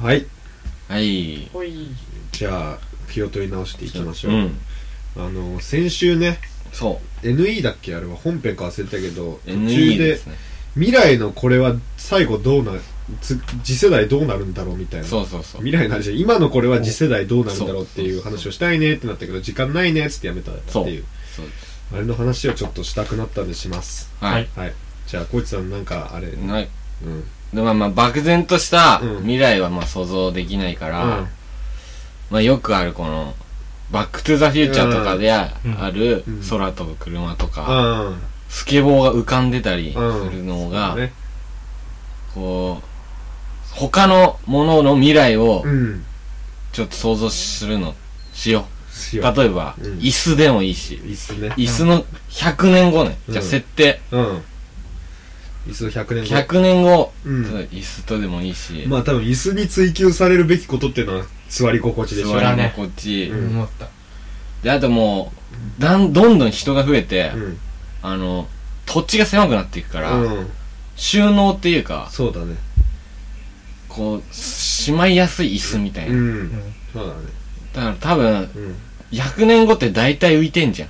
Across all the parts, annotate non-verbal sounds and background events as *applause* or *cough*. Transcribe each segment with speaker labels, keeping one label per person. Speaker 1: はい
Speaker 2: はい
Speaker 3: ほい
Speaker 1: じゃあ気を取り直していきましょう、
Speaker 2: うん
Speaker 1: あの先週ね
Speaker 2: そ
Speaker 1: NE だっけあれは本編か忘れたけど
Speaker 2: う
Speaker 1: 途
Speaker 2: NE
Speaker 1: 中
Speaker 2: で
Speaker 1: です
Speaker 2: ね
Speaker 1: 未来のこれは最後どうなつ次世代どうなるんだろうみたいな
Speaker 2: そうそうそう
Speaker 1: 未来の話今のこれは次世代どうなるんだろうっていう話をしたいねってなったけど時間ないねっつってやめたって
Speaker 2: そう
Speaker 1: いう
Speaker 2: そうです
Speaker 1: あれの話をちょっとしたくなったんでします
Speaker 2: は
Speaker 3: はいい
Speaker 1: はいじゃあこいつさんなんかあれうん
Speaker 2: な
Speaker 1: うん
Speaker 2: でまあまあ漠然とした
Speaker 1: うん
Speaker 2: 未来はまあ想像できないから、まあよくあるこのバックトゥザフューチャーとかであ
Speaker 3: うん
Speaker 2: る
Speaker 1: うん
Speaker 2: 空飛ぶ車とか、
Speaker 1: うん
Speaker 2: スケボーが浮かんでたりす
Speaker 1: うん
Speaker 2: るのが、
Speaker 1: ね
Speaker 2: こう他のものの未来を
Speaker 1: うん
Speaker 2: ちょっと想像するのしよ
Speaker 1: し
Speaker 2: う
Speaker 1: よう
Speaker 2: 例えば、
Speaker 1: うん
Speaker 2: 椅子でもいいし
Speaker 1: 椅子ね
Speaker 2: 椅子の100年後ね、
Speaker 1: うん
Speaker 2: じゃあ設定
Speaker 1: うん椅子の100年後
Speaker 2: 100年後、
Speaker 1: うん
Speaker 2: 例えば椅子とでもいいし、
Speaker 1: まあ多分椅子に追求されるべきことっていうのは座り心地でしょ
Speaker 2: 座
Speaker 3: ら
Speaker 2: り
Speaker 3: ね
Speaker 2: 心地、
Speaker 1: うん
Speaker 3: 思った
Speaker 2: であともうだんどんどん人が増えて、
Speaker 1: うん
Speaker 2: あの土地が狭くなっていくから、
Speaker 1: うん
Speaker 2: 収納っていうか
Speaker 1: そうだね
Speaker 2: こうしまいやすい椅子みたいうな、
Speaker 3: うんん
Speaker 1: そうだね
Speaker 2: だから多分
Speaker 1: *laughs* うん
Speaker 2: 100年後って大体浮いてんじゃん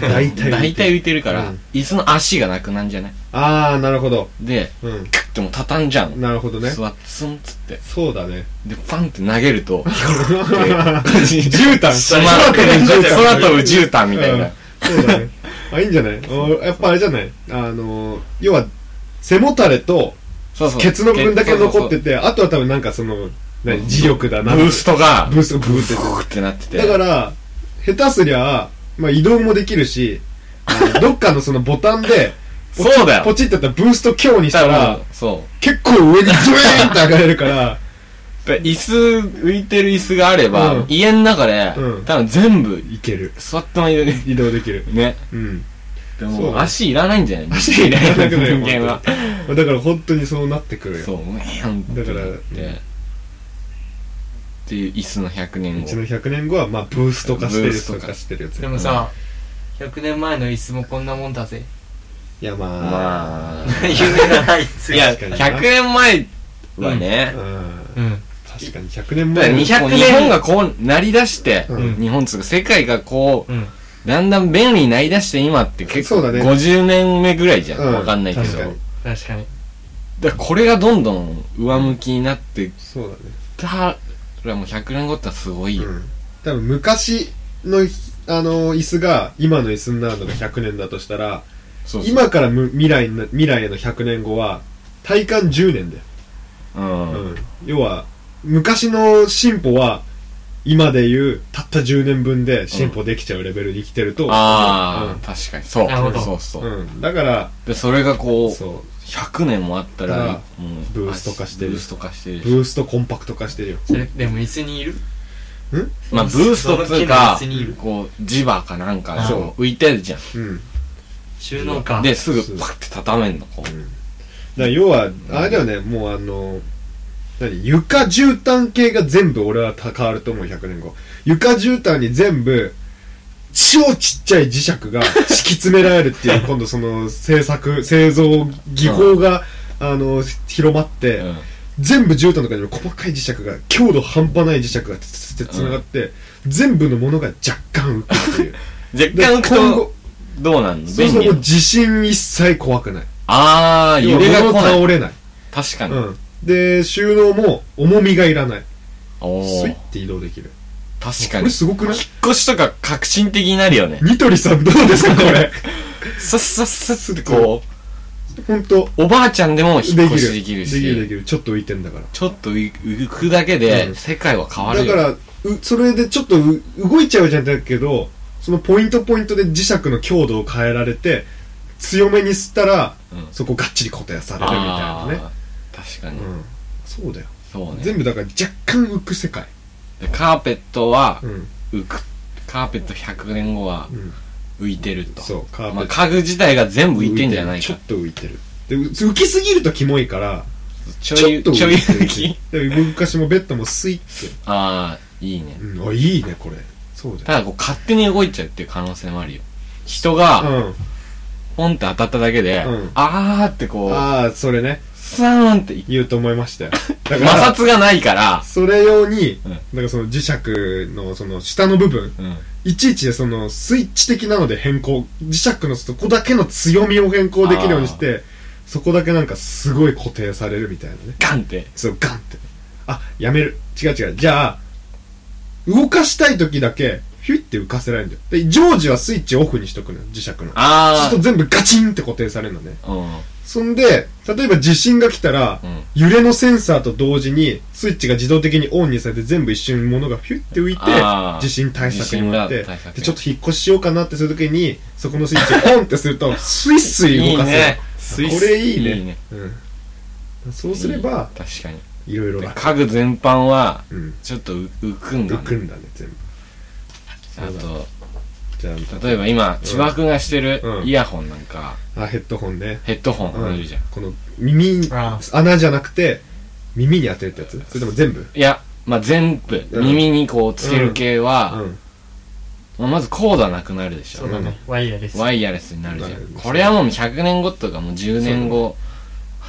Speaker 1: 大体
Speaker 2: 大体 *laughs* 浮いてるから、
Speaker 1: うん
Speaker 2: 椅子の足がなくなんじゃない
Speaker 1: ああなるほど
Speaker 2: で
Speaker 1: う
Speaker 2: クッてもう畳んじゃうん
Speaker 1: なるほどね
Speaker 2: 座ってスンっつって
Speaker 1: そうだ
Speaker 2: *laughs*
Speaker 1: ね
Speaker 2: でパンって投げると
Speaker 1: 絨毯空飛ぶ絨毯
Speaker 2: 空飛ぶ絨毯空飛ぶ絨毯みたいな、
Speaker 1: うんそうだねあいいんじゃ
Speaker 2: *laughs*
Speaker 1: ないおやっぱあれじゃないあのー要は背もたれと
Speaker 2: そうそう
Speaker 1: ケツの部分だけ残って
Speaker 2: て
Speaker 1: てあとは多分なんかその何磁力だ
Speaker 2: ブ
Speaker 1: な
Speaker 2: ーストが
Speaker 1: ブーストブーって
Speaker 2: ブーってなってて
Speaker 1: だから下手すりゃまあ移動もできるしあの
Speaker 2: *laughs*
Speaker 1: どっかのそのボタンでポチッ
Speaker 2: そうだよ
Speaker 1: ポチってやったらブースト強にしたら
Speaker 2: そう
Speaker 1: 結構上にズーンって上がれる
Speaker 2: *laughs*
Speaker 1: から
Speaker 2: で椅子浮いてる椅子があれば、
Speaker 1: うん
Speaker 2: 家の中で、
Speaker 1: うん
Speaker 2: 多分全部
Speaker 1: いける
Speaker 2: 座ったままいる
Speaker 1: 移動できる
Speaker 2: *laughs* ね
Speaker 1: うん
Speaker 2: で
Speaker 1: そう
Speaker 2: も
Speaker 1: だ
Speaker 2: 足いらないんじゃない
Speaker 1: 足いらなくなる
Speaker 2: 人間は
Speaker 1: だから本当にそうなってくる
Speaker 2: そ
Speaker 1: よ
Speaker 2: うもうええやんって
Speaker 1: だから
Speaker 2: なって
Speaker 1: うん
Speaker 2: っていう椅子の100年
Speaker 1: うち
Speaker 2: 後
Speaker 1: の100年後はまあブースト化して
Speaker 2: ブ
Speaker 1: る
Speaker 2: ースト化
Speaker 1: とかしてるやつ
Speaker 3: でもさ100年前の椅子もこんなもんだぜ
Speaker 1: いやまあ
Speaker 2: まあ
Speaker 3: 夢がないっつ
Speaker 2: いや
Speaker 1: 確かにな
Speaker 2: 100年前はね、
Speaker 1: うん
Speaker 3: うん
Speaker 1: 確かに100年
Speaker 2: だから
Speaker 1: 前
Speaker 2: 200
Speaker 3: もう
Speaker 2: 年日本がこうなりだして、
Speaker 1: うん
Speaker 2: 日本つうか世界がこう、
Speaker 3: うん
Speaker 2: だんだん便利になりだして今って結
Speaker 1: そう
Speaker 2: 構
Speaker 1: だね
Speaker 2: 50年目ぐらいじゃん、
Speaker 1: う
Speaker 2: わかんないけど
Speaker 1: 確
Speaker 2: だ
Speaker 1: か
Speaker 2: か
Speaker 1: に
Speaker 3: 確かに
Speaker 2: らこれがどんどん上向きになって
Speaker 1: そうだね
Speaker 2: たらもう100年後ってのはすごいよ、
Speaker 1: うん多分昔のあの椅子が今の椅子になるのが100年だとしたら
Speaker 2: そうそう
Speaker 1: 今からむ未来の未来への100年後は体感10年だよ、
Speaker 2: うん、
Speaker 1: うん要は昔の進歩は今でいうたった10年分で進歩できちゃうレベルに生きてると、
Speaker 2: ああ、確かにそう
Speaker 3: なるほど
Speaker 2: そうそう、
Speaker 1: うんうんだから
Speaker 2: でそれがこう
Speaker 1: そ
Speaker 2: 100年もあった
Speaker 1: だから
Speaker 2: ら、もう
Speaker 1: ブースト化してる
Speaker 2: ブースト化してる
Speaker 1: うブーストコンパクト化してるよ
Speaker 3: それでも椅子にいる
Speaker 2: まあ、ブーストっていうか
Speaker 3: その木の椅子にいる、
Speaker 2: こう、磁場かなんか、
Speaker 3: そう
Speaker 2: こう浮いてるじゃん。
Speaker 1: うん
Speaker 3: 収納か
Speaker 2: で、すぐパッて畳めんの、こう。
Speaker 1: だから要はあれだよねもうあの何床絨毯系が全部俺はた変わると思う100年後床絨毯に全部超ちっちゃい磁石が敷き詰められるっていう今度その製作製造技法が、あの広まって、
Speaker 2: うん
Speaker 1: 全部絨毯とかにも細かい磁石が強度半端ない磁石がつつつつながって、全部のものが若干浮くっていう
Speaker 2: 若干浮く
Speaker 1: 今後
Speaker 2: と、どうなんの
Speaker 1: そう
Speaker 2: 便
Speaker 1: する
Speaker 2: 利
Speaker 1: と地震一切怖くない
Speaker 2: あー、揺れが来
Speaker 1: 物
Speaker 2: ない。
Speaker 1: 倒れない
Speaker 2: 確かに。
Speaker 1: うん、で収納も重みがいらない
Speaker 2: お
Speaker 1: スイッ
Speaker 2: ー、
Speaker 1: て移動できるこ
Speaker 2: 確かに。
Speaker 1: れ
Speaker 2: 引っ
Speaker 1: すごくない
Speaker 2: 越しとか革新的になるよね。
Speaker 1: ニトリさんどうですかこ
Speaker 2: *laughs*
Speaker 1: れ
Speaker 2: さっさっさっさってこ
Speaker 1: 本当
Speaker 2: う、おばあちゃんでも
Speaker 1: で
Speaker 2: 引っ越し
Speaker 1: で
Speaker 2: できる
Speaker 1: きるで
Speaker 2: し、
Speaker 1: きるちょっと浮いてんだから
Speaker 2: ちょっと浮浮くだけで、
Speaker 1: うん
Speaker 2: 世界は変わる
Speaker 1: だ
Speaker 2: よ。
Speaker 1: からうそれでちょっとう動いちゃうじゃんだけどそのポイントポイントで磁石の強度を変えられて強めに吸ったら、
Speaker 2: うん
Speaker 1: そこがっちり固定されるみたい
Speaker 2: あ
Speaker 1: なね、
Speaker 2: ー、確かに
Speaker 1: う。ん、そうだよ、
Speaker 2: そうね。
Speaker 1: 全部だから若干浮く世界
Speaker 2: でカーペットは
Speaker 1: う、ん
Speaker 2: 浮く。カーペット100年後は
Speaker 1: うん
Speaker 2: 浮いてると。
Speaker 1: そうカーペ
Speaker 2: まあ、
Speaker 1: ット
Speaker 2: 家具自体が全部浮いてんじゃない
Speaker 1: ちょ
Speaker 2: か
Speaker 1: っ。と浮いてるでう浮きすぎるとキモいから
Speaker 2: ち
Speaker 1: ち
Speaker 2: ょい、
Speaker 1: ょっと
Speaker 2: ちょい
Speaker 1: 浮
Speaker 2: 浮
Speaker 1: き
Speaker 2: き。
Speaker 1: で昔もベッドもスイッて、
Speaker 2: ああ、いいね。
Speaker 1: うん、あいいねこれそうだよ
Speaker 2: ただこう勝手に動いちゃうっていう可能性もあるよ。人が、
Speaker 1: うん
Speaker 2: ポンって当たっただけで、
Speaker 1: うん
Speaker 2: あーってこう、
Speaker 1: ああそれね
Speaker 2: さーんって
Speaker 1: 言うと思いましたよ。だから、
Speaker 2: *laughs* 摩擦がないから、
Speaker 1: それ用に
Speaker 2: うん、
Speaker 1: なんかその磁石のその下の部分、
Speaker 2: うん、
Speaker 1: いちいちそのスイッチ的なので変更、磁石のそこだけの強みを変更できるようにして、そこだけなんかすごい固定されるみたいなね。
Speaker 2: ガンって。
Speaker 1: そう、ガンって。あ、やめる。違う違う。じゃあ、動かしたい時だけ、ヒュイって浮かせられるんだよ。で、常時はスイッチオフにしとくのよ、磁石の。そう
Speaker 2: あ
Speaker 1: すると全部ガチンって固定されるのね。
Speaker 2: ー。うん。
Speaker 1: そんで、例えば地震が来たら、
Speaker 2: うん
Speaker 1: 揺れのセンサーと同時に、スイッチが自動的にオンにされて、全部一瞬物がヒュイって浮いて
Speaker 2: あー、
Speaker 1: 地震対策になって
Speaker 2: 地震対策
Speaker 1: で、ちょっと引っ越ししようかなってするときに、そこのスイッチをオンってすると、スイスイ
Speaker 2: い
Speaker 1: 動
Speaker 2: い
Speaker 1: かせる。
Speaker 2: ね。スイス
Speaker 1: これいいね
Speaker 2: いいね。
Speaker 1: うん。そうすれば、
Speaker 2: いい確かに。
Speaker 1: いろいろ
Speaker 2: で
Speaker 1: 楽。
Speaker 2: 家具全般は、
Speaker 1: うん。
Speaker 2: ちょっとう浮くんだ、
Speaker 1: 浮く
Speaker 2: ね。
Speaker 1: んだね、全部。
Speaker 2: あと、
Speaker 1: じゃ
Speaker 2: 例えば今、千葉くんがしてる
Speaker 1: うん
Speaker 2: イヤホンなんか、
Speaker 1: あ、あヘッドホンね。
Speaker 2: ヘッドホン
Speaker 1: う
Speaker 2: 同
Speaker 1: ん
Speaker 2: じじゃん。。
Speaker 1: この耳
Speaker 3: あ、
Speaker 1: 穴じゃなくて、耳に当てるってやつそれとも全部
Speaker 2: いや、まあ、全部、
Speaker 1: うん
Speaker 2: 耳にこうつける系は、
Speaker 1: ん。
Speaker 2: まあまずコードはなくなるでしょ。
Speaker 1: そうだね。
Speaker 3: ワイヤレス。
Speaker 2: ワイヤレスになるじゃ
Speaker 1: なる
Speaker 2: ん。
Speaker 1: でしょ
Speaker 2: これはもう100年後とかもう10年後、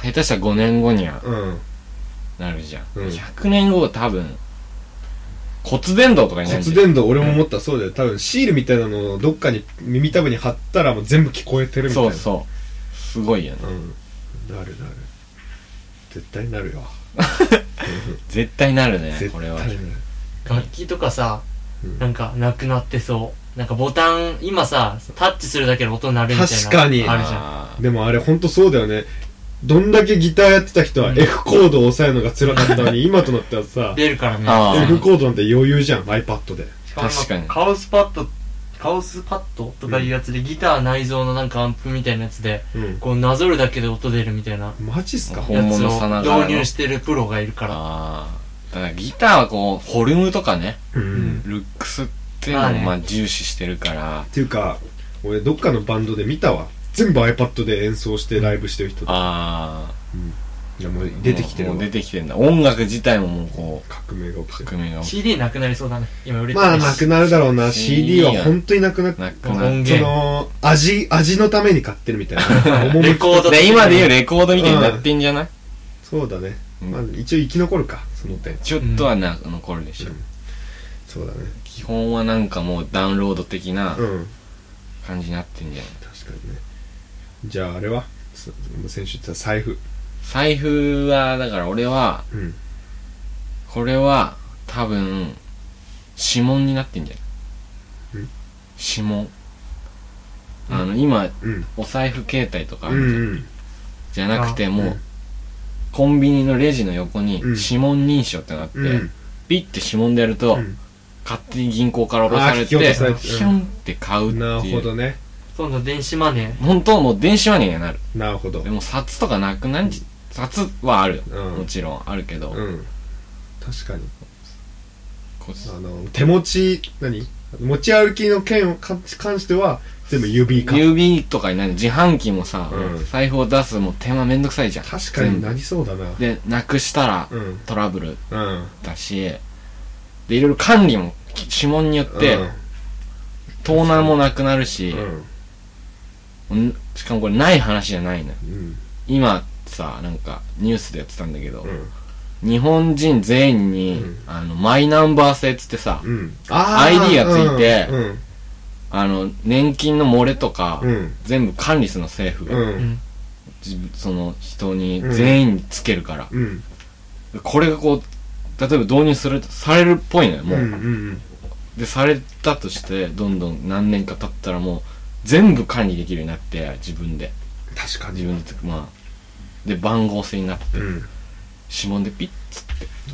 Speaker 2: 下手したら5年後には
Speaker 1: うん。
Speaker 2: なるじゃん。
Speaker 1: うん
Speaker 2: 100年後は多分、骨伝導とかにな
Speaker 1: 骨
Speaker 2: るじゃ
Speaker 1: 伝
Speaker 2: ん。
Speaker 1: 導、俺も思ったそうだよ。多分、シールみたいなのをどっかに耳たぶに貼ったらもう全部聞こえてるみたい
Speaker 2: そ
Speaker 1: な。
Speaker 2: うそう。すごいよね。
Speaker 1: うん。なるなる。絶対なるよ。
Speaker 2: 絶対なるね
Speaker 1: 絶、
Speaker 2: こ
Speaker 1: 対
Speaker 2: れは
Speaker 1: な。る。
Speaker 3: 楽器とかさ、
Speaker 1: うん
Speaker 3: なんかなくなってそう。なんかボタン、今さ、タッチするだけで音鳴るみたいな。
Speaker 1: 確かに
Speaker 3: あるじゃん。
Speaker 2: あ
Speaker 1: でもあれほんとそうだよね。どんだけギターやってた人は
Speaker 3: うん
Speaker 1: F コードを押さえるのが辛かったのに、今となってはさ、
Speaker 3: 出るからね。
Speaker 2: あー
Speaker 1: F コードなんて余裕じゃん、iPad で。
Speaker 3: しも
Speaker 2: 確かに
Speaker 3: カオスパッド、カオスパッドとかいうやつで、ギター内蔵のなんかアンプみたいなやつで、
Speaker 1: うん。
Speaker 3: こうなぞるだけで音出るみたいな
Speaker 1: マジっすか
Speaker 2: ほ
Speaker 3: や
Speaker 2: 本
Speaker 3: つ
Speaker 2: 物さ
Speaker 3: を
Speaker 2: ながらの
Speaker 3: 導入してるプロがいるから。
Speaker 2: あー。だからギターはこう、フォルムとかね、
Speaker 1: う
Speaker 3: うん
Speaker 2: ルックスっていうのをまあ重視してるから、
Speaker 1: っていうか俺どっかのバンドで見たわ全部 iPad で演奏してライブしてる人い
Speaker 2: あ
Speaker 1: やもう
Speaker 2: ー。
Speaker 1: 出てきてる
Speaker 2: も
Speaker 1: わ
Speaker 2: う出てきてんだ。音楽自体ももうこ
Speaker 1: 革命が起き
Speaker 2: う、
Speaker 1: てる
Speaker 2: 革命が起き
Speaker 3: CD なくなりそうだね。今売れて
Speaker 1: まあ
Speaker 3: るし。
Speaker 1: なくなるだろうな CD
Speaker 2: CD
Speaker 1: は本当になくなってて
Speaker 2: なく
Speaker 3: この
Speaker 2: なっ
Speaker 3: 音
Speaker 1: そ
Speaker 3: 源。
Speaker 1: の味味のために買ってるみたいな
Speaker 2: *laughs*
Speaker 1: 趣
Speaker 3: レコード
Speaker 2: で、今で言うレコードみたいになってんじゃない、
Speaker 1: そうだね、
Speaker 2: うん
Speaker 1: まあ、一応生き残るかその点
Speaker 2: ちょっとはな、残るでしょ、
Speaker 1: うんそうだね
Speaker 2: 基本はなんかもうダウンロード的な
Speaker 1: うん
Speaker 2: 感じになってんじゃない、
Speaker 1: 確かにねじゃああれはす先週言ってた財布
Speaker 2: 財布は、だから俺は、
Speaker 1: うん
Speaker 2: これは多分、指紋になってんじゃない
Speaker 1: ん
Speaker 2: 指紋。あの、今、
Speaker 1: うん
Speaker 2: お財布携帯とかあ
Speaker 1: う
Speaker 2: るじゃん、
Speaker 1: ん
Speaker 2: じゃなくて、もう、
Speaker 1: うん
Speaker 2: コンビニのレジの横に
Speaker 1: うん
Speaker 2: 指紋認証ってなって、
Speaker 1: うんうん
Speaker 2: ピッて指紋でやると、
Speaker 1: うん
Speaker 2: 勝手に銀行から落とされて、
Speaker 1: あー引き落とされて
Speaker 2: ヒュンって買うっていう。
Speaker 1: なるほどね
Speaker 3: 今度電子マネー。
Speaker 2: 本当はもう電子マネーにはなる。
Speaker 1: なるほど
Speaker 2: でも札とかなくなんじ、札はあるよ。
Speaker 1: うん
Speaker 2: もちろんあるけど、
Speaker 1: うん確かに
Speaker 2: こう
Speaker 1: あの手持ち何持ち歩きの件をか関しては全部指か
Speaker 2: 郵便とかになる自販機もさ、
Speaker 1: うん
Speaker 2: 財布を出すも手間めんどくさいじゃん。
Speaker 1: 確かになりそうだな
Speaker 2: 全部で、なくしたら
Speaker 1: うん
Speaker 2: トラブル
Speaker 1: うん
Speaker 2: だし、で、いろいろ管理も指紋によって、
Speaker 1: うん
Speaker 2: 盗難もなくなるし、
Speaker 1: うん
Speaker 2: んしかもこれない話じゃないのよ。
Speaker 1: うん
Speaker 2: 今さ、なんかニュースでやってたんだけど、
Speaker 1: うん
Speaker 2: 日本人全員に、
Speaker 1: うん
Speaker 2: あの、マイナンバー制っつってさ、
Speaker 1: うんあー
Speaker 2: ID がついて
Speaker 1: うん
Speaker 2: あの、年金の漏れとか、
Speaker 1: うん
Speaker 2: 全部管理するの政
Speaker 1: う
Speaker 2: 府が、
Speaker 1: ん
Speaker 2: 自分その人に全員につけるから、
Speaker 1: うん
Speaker 2: これがこう例えば導入するされるっぽいのよ
Speaker 1: うんう
Speaker 2: もう、
Speaker 1: んうん
Speaker 2: でされたとしてどんどん何年か経ったらもう全部管理できるようになって自分で
Speaker 1: 確か
Speaker 2: 自
Speaker 1: に
Speaker 2: 分でまあで番号制になって
Speaker 1: うん
Speaker 2: 指紋でピッつって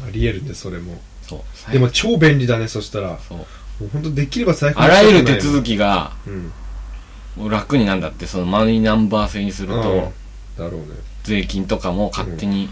Speaker 1: ありえるねそれも
Speaker 2: そう
Speaker 1: でも超便利だねそしたらも
Speaker 2: そう
Speaker 1: う本当できれば財布
Speaker 2: あらゆる手続きが
Speaker 1: きうん
Speaker 2: もう楽になるんだってそのマイナンバー制にする
Speaker 1: うん
Speaker 2: と
Speaker 1: だろうね
Speaker 2: 税金とかも勝手に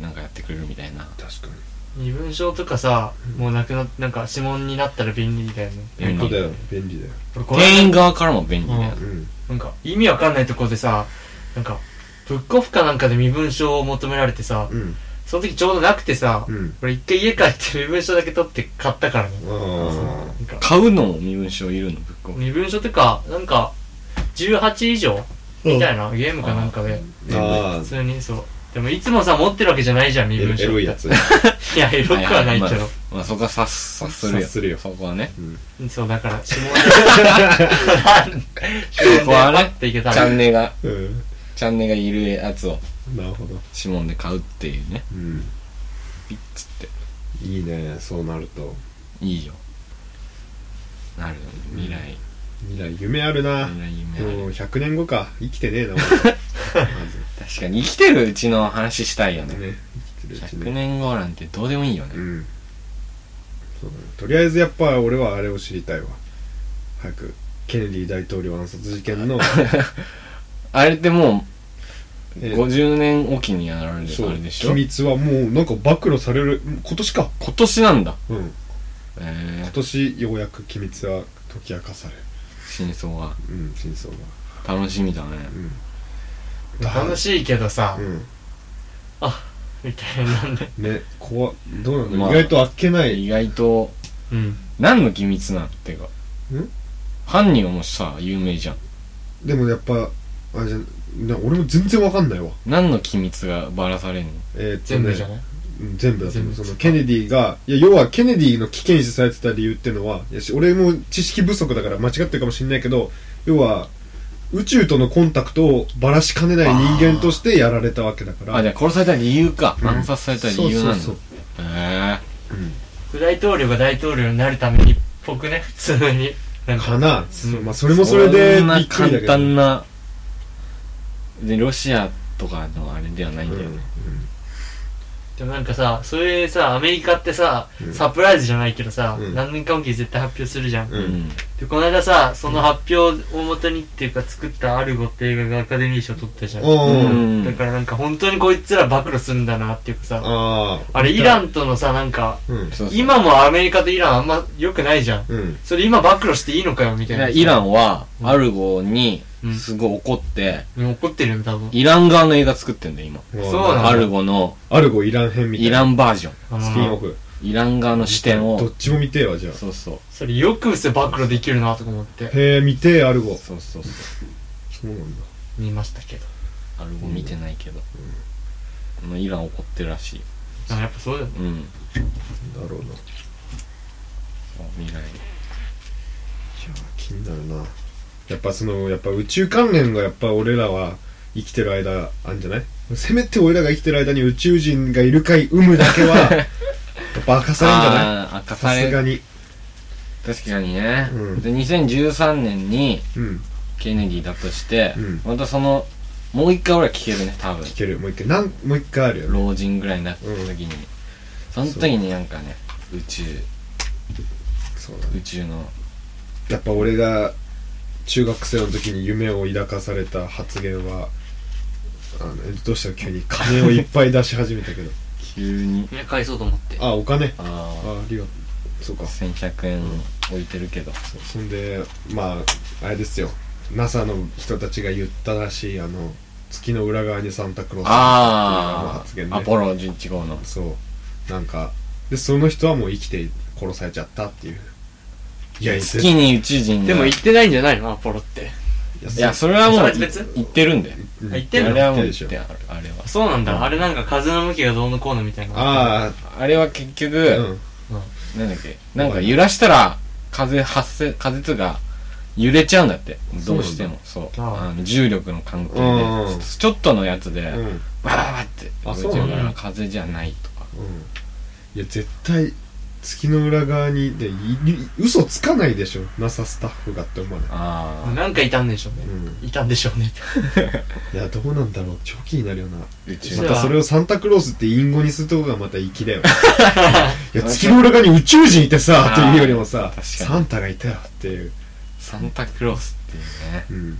Speaker 2: なんかやってくれるみたいな
Speaker 1: 確かに
Speaker 3: 身分証とかさ、もうなくな、なんか指紋になったら便利だよね。
Speaker 2: 便
Speaker 1: 本
Speaker 2: 利
Speaker 1: 当だよ便利だよ
Speaker 3: 俺この間
Speaker 2: 店員側からも便利だよ
Speaker 3: う
Speaker 1: うん
Speaker 3: なんか意味わかんないところでさ、なんか、ブックオフかなんかで身分証を求められてさ、
Speaker 1: うん
Speaker 3: その時ちょうどなくてさ、
Speaker 1: うん
Speaker 3: 俺一回家帰って身分証だけ取って買ったからね。
Speaker 1: あ
Speaker 3: なんか、
Speaker 2: 買うのも身分証いるのぶっこ
Speaker 3: 身分証とか、なんか、18以上
Speaker 1: ー
Speaker 3: みたいなゲームかなんかで、
Speaker 1: あ
Speaker 3: 普
Speaker 1: ー
Speaker 3: 通にそう、でもいつもさ、持ってるわけじゃないじゃん、身
Speaker 1: エロ
Speaker 3: 分
Speaker 1: エ
Speaker 3: 証。
Speaker 1: ロいや *laughs* つ。
Speaker 3: いや、エロくはないけ
Speaker 2: は
Speaker 3: ど。
Speaker 2: いはいまあ、そこは察察するよ。
Speaker 1: 察するよ
Speaker 2: そこはね。
Speaker 3: そう、だから、指紋
Speaker 1: *laughs*
Speaker 3: で。指
Speaker 2: こは
Speaker 3: 紋で
Speaker 2: ね
Speaker 3: パッていけ
Speaker 2: チ
Speaker 3: た
Speaker 2: ャン
Speaker 3: ら。
Speaker 2: ネが、
Speaker 1: うん。
Speaker 2: チャンネがいるやつを
Speaker 1: なるほど。
Speaker 2: 指紋で買うっていうね。
Speaker 1: うん。
Speaker 2: ピッつって。
Speaker 1: いいね、そうなると。
Speaker 2: いいよ。なるよね。未来。
Speaker 1: 未来夢あるな。
Speaker 2: 未来夢ある
Speaker 1: もう100年後か。生きてね *laughs* えな、俺ま
Speaker 2: 確かに生きてるうちの話したいよ
Speaker 1: ず
Speaker 2: ね。
Speaker 1: ね。生きてるうち
Speaker 2: 100
Speaker 1: ね。
Speaker 2: 年後なんてどうでもいいよ
Speaker 1: う
Speaker 2: ね。
Speaker 1: ん。そうだね。とりあえずやっぱ俺はあれを知りたいわ。早く、ケネディ大統領暗殺事件 *laughs* の、
Speaker 2: あれってもう、
Speaker 1: えー
Speaker 2: 50年おきにやられる
Speaker 1: そう
Speaker 2: あれでし
Speaker 1: 秘
Speaker 2: ょ今
Speaker 1: 密はもうなんか暴露される、今年か。
Speaker 2: 年なんだ。
Speaker 1: うん。
Speaker 2: えー
Speaker 1: 今、年ようやく機密は解き明かされる。
Speaker 2: 真相は
Speaker 1: うん、真相が。
Speaker 2: 楽しみだね。
Speaker 1: うん。
Speaker 3: 楽しいけどさ
Speaker 1: う、ん。
Speaker 3: みたいなんで。
Speaker 1: ね、怖っどうなんだ、
Speaker 2: まあ
Speaker 1: 意外とあっけない。
Speaker 2: 意外と、
Speaker 3: うん。
Speaker 2: 何の機密なのっていうか。犯人はもうさ、有名じゃん。
Speaker 1: でもやっぱ、あれじゃな、俺も全然わかんないわ。
Speaker 2: 何の機密がばらされんの
Speaker 1: えーっとね、
Speaker 3: 全部じゃない
Speaker 1: うん全部だと思う。
Speaker 3: 全部
Speaker 1: そのケネディが、いや、要はケネディの危険視されてた理由ってのは、いやし俺も知識不足だから間違ってるかもしれないけど、要は、宇宙とのコンタクトをばらしかねない人間としてやられたわけだから。
Speaker 2: あ、じゃあ殺された理由か。
Speaker 1: うん
Speaker 2: 暗殺された理由なんだ
Speaker 1: そうそう。
Speaker 2: へえ。
Speaker 1: そう。うん
Speaker 3: 副大統領が大統領になるために、僕ね、普通に。なん
Speaker 1: か
Speaker 3: か、
Speaker 1: な、
Speaker 3: うん
Speaker 1: まあそれもそれで
Speaker 2: そん
Speaker 1: び
Speaker 2: な
Speaker 1: っくりだ
Speaker 2: 簡
Speaker 1: けど。
Speaker 2: 単な、で、ロシアとかのあれではないんだよね。
Speaker 3: でもなんかさ、そういうさ、アメリカってさ
Speaker 1: う、ん
Speaker 3: サプライズじゃないけどさ
Speaker 1: う、ん
Speaker 3: 何年かおきに絶対発表するじゃん。
Speaker 1: うんうん
Speaker 2: うん
Speaker 3: で、この間さ、その発表をもとにっていうか作ったアルゴって映画がアカデミー賞取ったじゃん。
Speaker 1: うんうんうん
Speaker 2: う
Speaker 3: だ
Speaker 2: ん
Speaker 3: からなんか本当にこいつら暴露するんだなっていうかさ、
Speaker 1: ああ。
Speaker 3: あれイランとのさ、なんか、
Speaker 1: うん。
Speaker 2: そうそう
Speaker 3: 今もアメリカとイランあんま良くないじゃん。
Speaker 1: うん。
Speaker 3: それ今暴露していいのかよみ
Speaker 2: い
Speaker 3: たいな
Speaker 2: や
Speaker 3: さ。
Speaker 2: イランは、アルゴに
Speaker 3: うん、
Speaker 2: すごい怒って、
Speaker 3: もう怒ってるよね、多分。
Speaker 2: イラン側の映画作ってんだよ、今。
Speaker 3: そうなんだ
Speaker 2: アルゴの、
Speaker 1: アルゴイラン編みたい
Speaker 2: イ
Speaker 1: な。
Speaker 2: ランバージョン。
Speaker 3: あの
Speaker 1: スピンオフ。
Speaker 2: イラン側の視点
Speaker 1: ど
Speaker 2: を
Speaker 1: っ。ちも見てえわ、じゃあ。
Speaker 2: そうそう。
Speaker 3: それよくそれ暴露できるなとか思って
Speaker 1: へえ、見てえ、アルゴ。
Speaker 2: そうそうそう。
Speaker 1: そうなんだ。
Speaker 3: 見ましたけど。
Speaker 2: アルゴ見てないけど。まあイラン怒ってるらしい。
Speaker 3: あやっぱそうだよね。
Speaker 2: うん。
Speaker 1: だろうな。いや
Speaker 2: 未来。
Speaker 1: 気になるな。やっぱその、やっぱ宇宙関連がやっぱ俺らは生きてる間あんじゃないせめて俺らが生きてる間に宇宙人がいるかい有無だけ
Speaker 2: *laughs*
Speaker 1: は、やっぱ明かされんじゃない
Speaker 2: あー明か
Speaker 1: さ
Speaker 2: さ
Speaker 1: すが
Speaker 2: れ
Speaker 1: に。
Speaker 2: 確かにね、
Speaker 1: うん
Speaker 2: で2013年に
Speaker 1: うん。
Speaker 2: ケネディだとして、
Speaker 1: うん
Speaker 2: またそのもう一回俺は聞けるね多分
Speaker 1: 聞ける。もう一回、なん、もう一回あるよね。
Speaker 2: 老人ぐらいになった時に、その時になんかね宇宙
Speaker 1: そうだね。
Speaker 2: 宇宙の
Speaker 1: やっぱ俺が中学生の時に夢を抱かされた発言はあのどうしたら急に金をいっぱい出し始めたけど
Speaker 2: 急に
Speaker 3: いや、返そうと思って。
Speaker 1: あお金
Speaker 2: あ
Speaker 1: あありがとうそう
Speaker 2: あ
Speaker 1: かそ
Speaker 2: 1100円置いてるけど、
Speaker 1: そんでまああれですよ NASA の人たちが言ったらしいあの月の裏側にサンタクロースの
Speaker 2: あ
Speaker 1: 発
Speaker 2: あ、
Speaker 1: 言ね
Speaker 2: アポロ11号の
Speaker 1: そうなんかでその人はもう生きて殺されちゃったっていういや
Speaker 2: 月に宇宙人が
Speaker 3: でも行ってないんじゃないのアポロって。
Speaker 2: いやそれはもう
Speaker 3: それ別
Speaker 2: い言ってるんだよ
Speaker 1: うん
Speaker 3: あ言って
Speaker 2: あ
Speaker 3: んの
Speaker 2: れはも
Speaker 1: 言
Speaker 2: う言
Speaker 1: って
Speaker 2: っ
Speaker 1: るでし
Speaker 2: て
Speaker 1: ょ
Speaker 2: あるあれは
Speaker 3: そうなんだ。あれなんか風の向きがどうのこうのみたいな。
Speaker 1: あ
Speaker 2: あれは結局、
Speaker 1: あうん
Speaker 2: なんだっけなんか揺らしたら風発生風つうか揺れちゃうんだってどうしてもそう
Speaker 3: ああ
Speaker 2: あの重力の関係
Speaker 1: うんうん
Speaker 2: でちょっとのやつで
Speaker 1: うん
Speaker 2: バババって
Speaker 1: あ
Speaker 2: 動いちゃうか
Speaker 3: そうな
Speaker 2: ら
Speaker 3: んだ
Speaker 2: 風じゃないとか
Speaker 1: うんいや絶対月の裏側にでいい嘘つかないでしょ NASA スタッフがって思わない、
Speaker 2: あ
Speaker 3: なんかいたんでしょう
Speaker 1: う
Speaker 3: ね。
Speaker 1: ん、
Speaker 3: いたんでしょうね。
Speaker 1: いやどうなんだろう超気になるよなま
Speaker 2: あ宇宙
Speaker 3: そ
Speaker 2: の
Speaker 3: う
Speaker 1: たそれをサンタクロースって隠語にするとこがまた粋
Speaker 2: *laughs*
Speaker 1: だよいや月の裏側に宇宙人いてさというよりもさ
Speaker 2: 確かに
Speaker 1: サンタがいたよっていう、
Speaker 2: サンタクロースっていうね
Speaker 1: うん、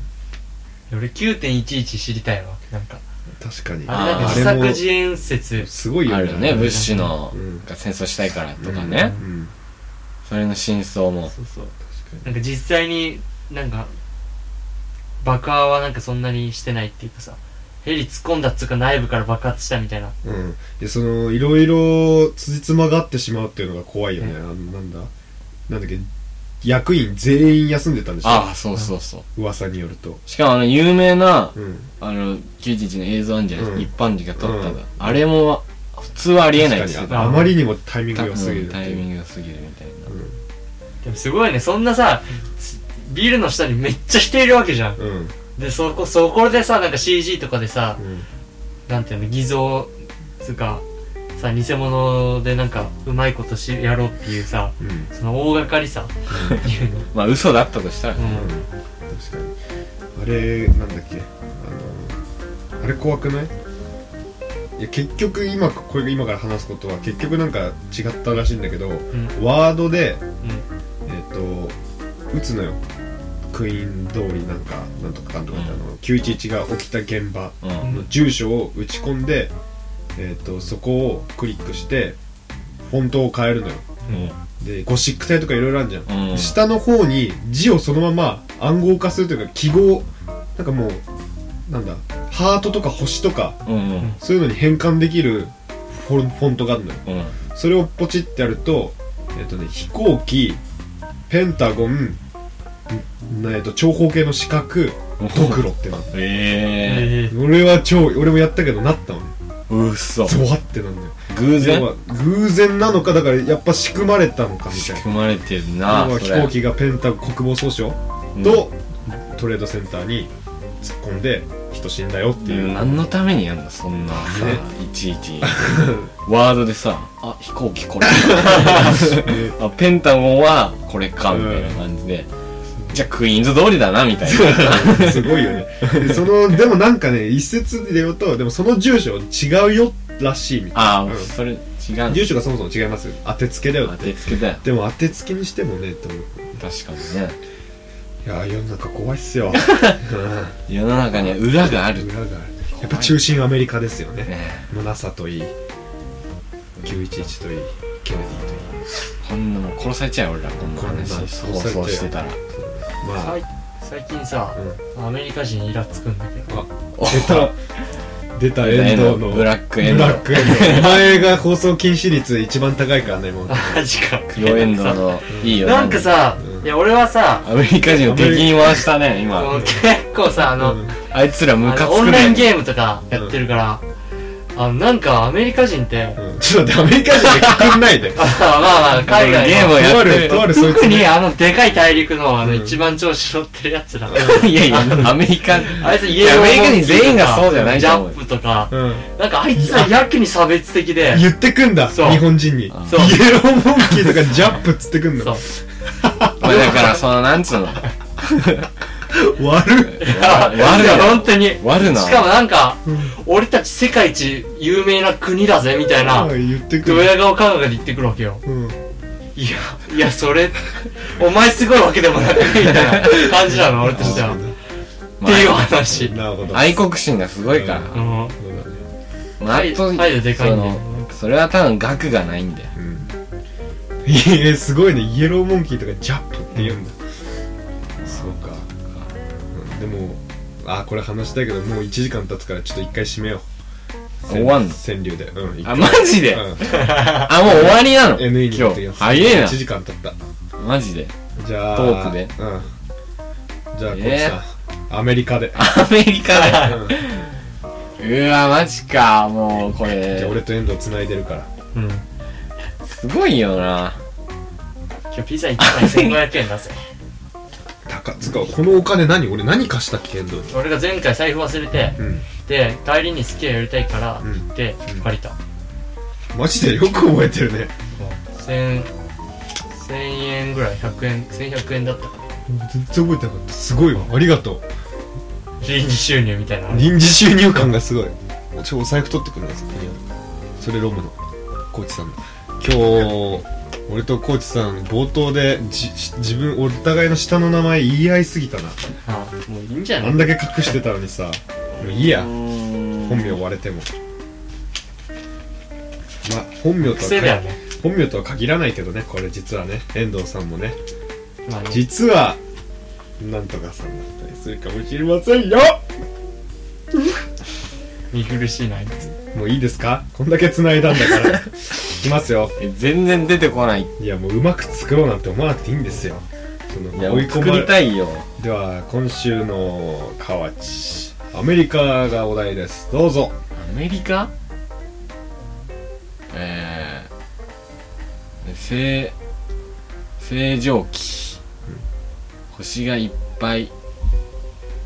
Speaker 3: 俺9.11知りたいわ。なんか。
Speaker 1: 確かに
Speaker 3: あれなんか
Speaker 2: あー
Speaker 3: 自作自演説。
Speaker 1: すごいよ
Speaker 2: あ
Speaker 1: ね
Speaker 2: るよね
Speaker 1: あれ
Speaker 2: 物資の
Speaker 1: うん
Speaker 2: が戦争したいからとか
Speaker 1: うん
Speaker 2: ね、
Speaker 1: うん
Speaker 2: それの真相も
Speaker 3: そうそう。
Speaker 1: 確か
Speaker 3: なんか実際になんか、爆破はなんかそんなにしてないっていうかさ、ヘリ突っ込んだっつうか内部から爆発したみたいな。
Speaker 1: にうんでそのいろいろつじつまが合ってしまうっていうのが怖いよね、
Speaker 3: う
Speaker 1: あのなんだなんだっけ役員全員休んでたんでしょ
Speaker 2: ああ、そうそうそう。
Speaker 1: 噂によると。
Speaker 2: しかもあの、有名な、
Speaker 1: うん。
Speaker 2: あの、911の映像あんじゃない、
Speaker 1: うん
Speaker 2: 一般人が撮った
Speaker 1: うん
Speaker 2: だ。あれも、普通はありえないですよ
Speaker 1: 確。かにああまりにもタイミング
Speaker 2: タイ
Speaker 1: 良すぎるっていう
Speaker 2: ミングが過ぎるみたいな。
Speaker 3: でもすごいねそんなさビルの下にめっちゃ人いるわけじゃん
Speaker 1: うん。うん。
Speaker 3: でそこそこでさなんか CG とかでさ
Speaker 1: うん
Speaker 3: なんていうの偽造つうかさ偽物でなんかうまいことしやろうっていうさ
Speaker 1: うん。
Speaker 3: その大掛かりさっていうの
Speaker 2: まあ、嘘だったとしたら、
Speaker 1: うん確かに。あれ、なんだっけ。あの、あれ怖くないいや結局今これ今から話すことは結局なんか違ったらしいんだけど、
Speaker 3: うん
Speaker 1: ワードで
Speaker 3: うん
Speaker 1: えっ、と打つのよクイーン通りなんかなんとかかんとかって、あの911が起きた現場
Speaker 2: うん。
Speaker 3: ん
Speaker 1: の住所を打ち込んで、えっとそこをクリックしてフォントを変えるのよ
Speaker 2: うん。
Speaker 1: でゴシック体とかいろいろあるじゃん、
Speaker 2: うん
Speaker 1: 下の方に字をそのまま暗号化するというか記号なんかもうなんだハートとか星とか
Speaker 2: うん。うん。
Speaker 1: そういうのに変換できるフォンフォントがあるのよ
Speaker 2: うん。うん。
Speaker 1: それをポチってやると,、えっとね、飛行機ペンタゴン、んえっと、長方形の四角ドクロってなる
Speaker 2: ええ
Speaker 3: え
Speaker 1: 俺は超俺もやったけどなったのね
Speaker 2: 嘘。
Speaker 1: ゾワってなんだよ
Speaker 2: 偶然
Speaker 1: 要は偶然なのかだからやっぱ仕組まれたのかみたい
Speaker 2: 仕
Speaker 1: な
Speaker 2: 組まれてるな
Speaker 1: 要は
Speaker 2: そ
Speaker 1: 飛
Speaker 2: れ
Speaker 1: 行機がペンタ国防総省と、トレードセンターに突っ込んで人死んだよっていう、
Speaker 2: うん何のためにやんだそんなさいちい
Speaker 1: *laughs*
Speaker 2: ちワードでさ「あ飛行機これ」 *laughs* あ「ペンタゴンはこれか」みたいな感じで、じゃあクイーンズ通りだなみたいな
Speaker 1: すごいよねで *laughs* そのでもなんかね一説で言うとでもその住所違うよらしいみたい
Speaker 2: ああ、
Speaker 1: うん
Speaker 2: それ違う
Speaker 1: な住所がそもそも違いますよ当てつけだよ
Speaker 2: 当てつけだよ
Speaker 1: でも当てつけにしてもねって思う
Speaker 2: 確かにね
Speaker 1: いやー世の中怖いっすようん
Speaker 2: 世の中には裏がある
Speaker 1: 裏があるやっぱ中心アメリカですよね
Speaker 2: ね
Speaker 1: の NASA といい911といいケネディといい
Speaker 2: こんなもう殺されちゃうよ俺らこんな話
Speaker 1: こんな殺され
Speaker 2: そう
Speaker 1: ちゃう
Speaker 2: そうしてたら
Speaker 1: まあ
Speaker 3: 最最近さ、アメリカ人イラつくんだけど *laughs*
Speaker 1: 出た出た遠藤の
Speaker 2: ブラックエン
Speaker 1: ブ
Speaker 2: ド
Speaker 1: ラックエンドお前が放送禁止率一番高いからねもう
Speaker 3: マジか
Speaker 2: 黒エンドのいいよ
Speaker 3: なんかさ、
Speaker 1: うん
Speaker 3: いや俺はさ、
Speaker 2: アメリカ人を敵に回したね今
Speaker 3: こう結構さあの、
Speaker 1: うん
Speaker 2: あいつらム
Speaker 3: あ
Speaker 2: カつく
Speaker 3: の
Speaker 2: ね
Speaker 3: オンラインゲームとかやってるから、あのなんかアメリカ人って、
Speaker 1: うんちょっと待ってアメリカ人でかくんないで
Speaker 3: *laughs* あまあまあ海外
Speaker 2: ゲーム
Speaker 3: の
Speaker 2: をや
Speaker 1: と
Speaker 2: っ
Speaker 1: あ
Speaker 2: て
Speaker 1: る
Speaker 2: る
Speaker 1: とあるそいつ
Speaker 3: 特に
Speaker 1: ね
Speaker 3: あのでかい大陸のあの
Speaker 1: うん
Speaker 3: 一番調子乗ってるやつら、
Speaker 2: いやいや、アメリカ、
Speaker 3: あいつイエ
Speaker 2: い
Speaker 3: ロー
Speaker 2: やアメリカ
Speaker 3: モンキー
Speaker 2: 人全員がそうじゃない
Speaker 3: ジ
Speaker 2: と思
Speaker 3: ャ
Speaker 2: う
Speaker 3: ンプとか
Speaker 1: うん
Speaker 3: なんかあいつらやけに差別的で
Speaker 1: 言ってくんだ
Speaker 3: そう
Speaker 1: 日本人にイエロ
Speaker 2: あ
Speaker 1: ーモンキーとかジャップっつってくん
Speaker 3: そう
Speaker 1: の
Speaker 2: まあだから、その、なんつうの、
Speaker 1: 悪っ
Speaker 3: いや
Speaker 2: 悪いない
Speaker 3: や本当に
Speaker 2: 悪な
Speaker 3: しかもなんか、
Speaker 1: うん
Speaker 3: 俺たち世界一有名な国だぜみたいな
Speaker 1: うん言ってく
Speaker 3: ド
Speaker 1: る
Speaker 3: ヤ顔感覚で言ってくるわけよ
Speaker 1: うん
Speaker 3: いやいやそれお前すごいわけでもなくみたいな感じな *laughs* の俺としてはっ
Speaker 2: ま
Speaker 3: ていう
Speaker 2: あ、
Speaker 3: 話
Speaker 1: なるほど
Speaker 2: 愛国心がすごいから
Speaker 1: う、
Speaker 3: あの
Speaker 1: そうだね
Speaker 2: まあ、あと、
Speaker 3: 態度でかい
Speaker 2: そ
Speaker 3: んだよ
Speaker 2: の、それは多分額がないんだよ。
Speaker 1: うん *laughs* いやすごいねイエローモンキーとかジャップって言うんだ、そうか、うんでもあこれ話したいけどもう1時間経つからちょっと一回締めよう
Speaker 2: 終わんの
Speaker 1: 川柳でうん一
Speaker 2: あ、
Speaker 1: 回
Speaker 2: マジで
Speaker 1: うん
Speaker 2: あ、もう終わりなの
Speaker 1: NE に
Speaker 2: 今
Speaker 1: って
Speaker 2: 日。
Speaker 1: ます
Speaker 2: 早
Speaker 1: 1
Speaker 2: い
Speaker 1: 時間経った
Speaker 2: な。マジで。
Speaker 1: じゃあ
Speaker 2: トークで
Speaker 1: うんじゃあこっち
Speaker 2: え
Speaker 1: さんアメリカで、
Speaker 2: アメリカだよ。
Speaker 1: うん
Speaker 2: うわ、マジか。もう、こ
Speaker 1: じゃあ
Speaker 2: れ、
Speaker 1: 俺と遠藤繋いでるから
Speaker 3: うん
Speaker 2: すごいよな。
Speaker 3: 今日ピザ1枚1500円だぜ
Speaker 1: 高つうかこのお金何俺何貸したっけ遠藤に
Speaker 3: 俺が前回財布忘れて
Speaker 1: うん
Speaker 3: で帰りにスキーやりたいから
Speaker 1: うん
Speaker 3: で借りた
Speaker 1: マジでよく覚えてるね
Speaker 3: 1000 1000円ぐらい100円1100円だったか
Speaker 1: 全然覚えてなかったすごいわありがとう
Speaker 3: な臨時収入みたいな
Speaker 1: 臨時収入感がすごいちょお財布取ってくるんですそれロムのコーチさんの今日俺とコーチさん冒頭でじ自分お互いの下の名前言い合いすぎたな
Speaker 3: あもういいんじゃな
Speaker 1: あ
Speaker 3: い
Speaker 1: んだけ隠してたのにさもういいうや
Speaker 2: ーん
Speaker 1: 本名割れてもまあ本名と
Speaker 3: 癖だよ
Speaker 1: は
Speaker 3: ね
Speaker 1: 本名とは限らないけどねこれ実はね遠藤さんもね
Speaker 3: まあね
Speaker 1: 実はなんとかさんだったりするかもしれませんよ
Speaker 3: 見苦しいなあいつ
Speaker 1: もういいですかこんだけ繋いだんだ
Speaker 3: *laughs*
Speaker 1: からいきますよ
Speaker 2: え全然出てこない。
Speaker 1: いやもううまく作ろうなんて思わなくていいんですよその
Speaker 2: いや
Speaker 1: 追
Speaker 2: 追
Speaker 1: い
Speaker 2: い
Speaker 1: 込
Speaker 2: 作
Speaker 1: まれ
Speaker 2: りたいよ
Speaker 1: では今週の河内アメリカがお題ですどうぞ
Speaker 2: アメリカえー、正正常期星がいっぱい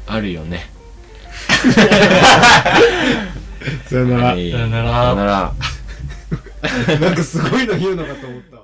Speaker 2: あるよね
Speaker 1: さよなら、
Speaker 2: はい
Speaker 3: さよな
Speaker 2: さよ
Speaker 3: ら
Speaker 2: なら
Speaker 1: なんかすごいの言うのかと思ったわ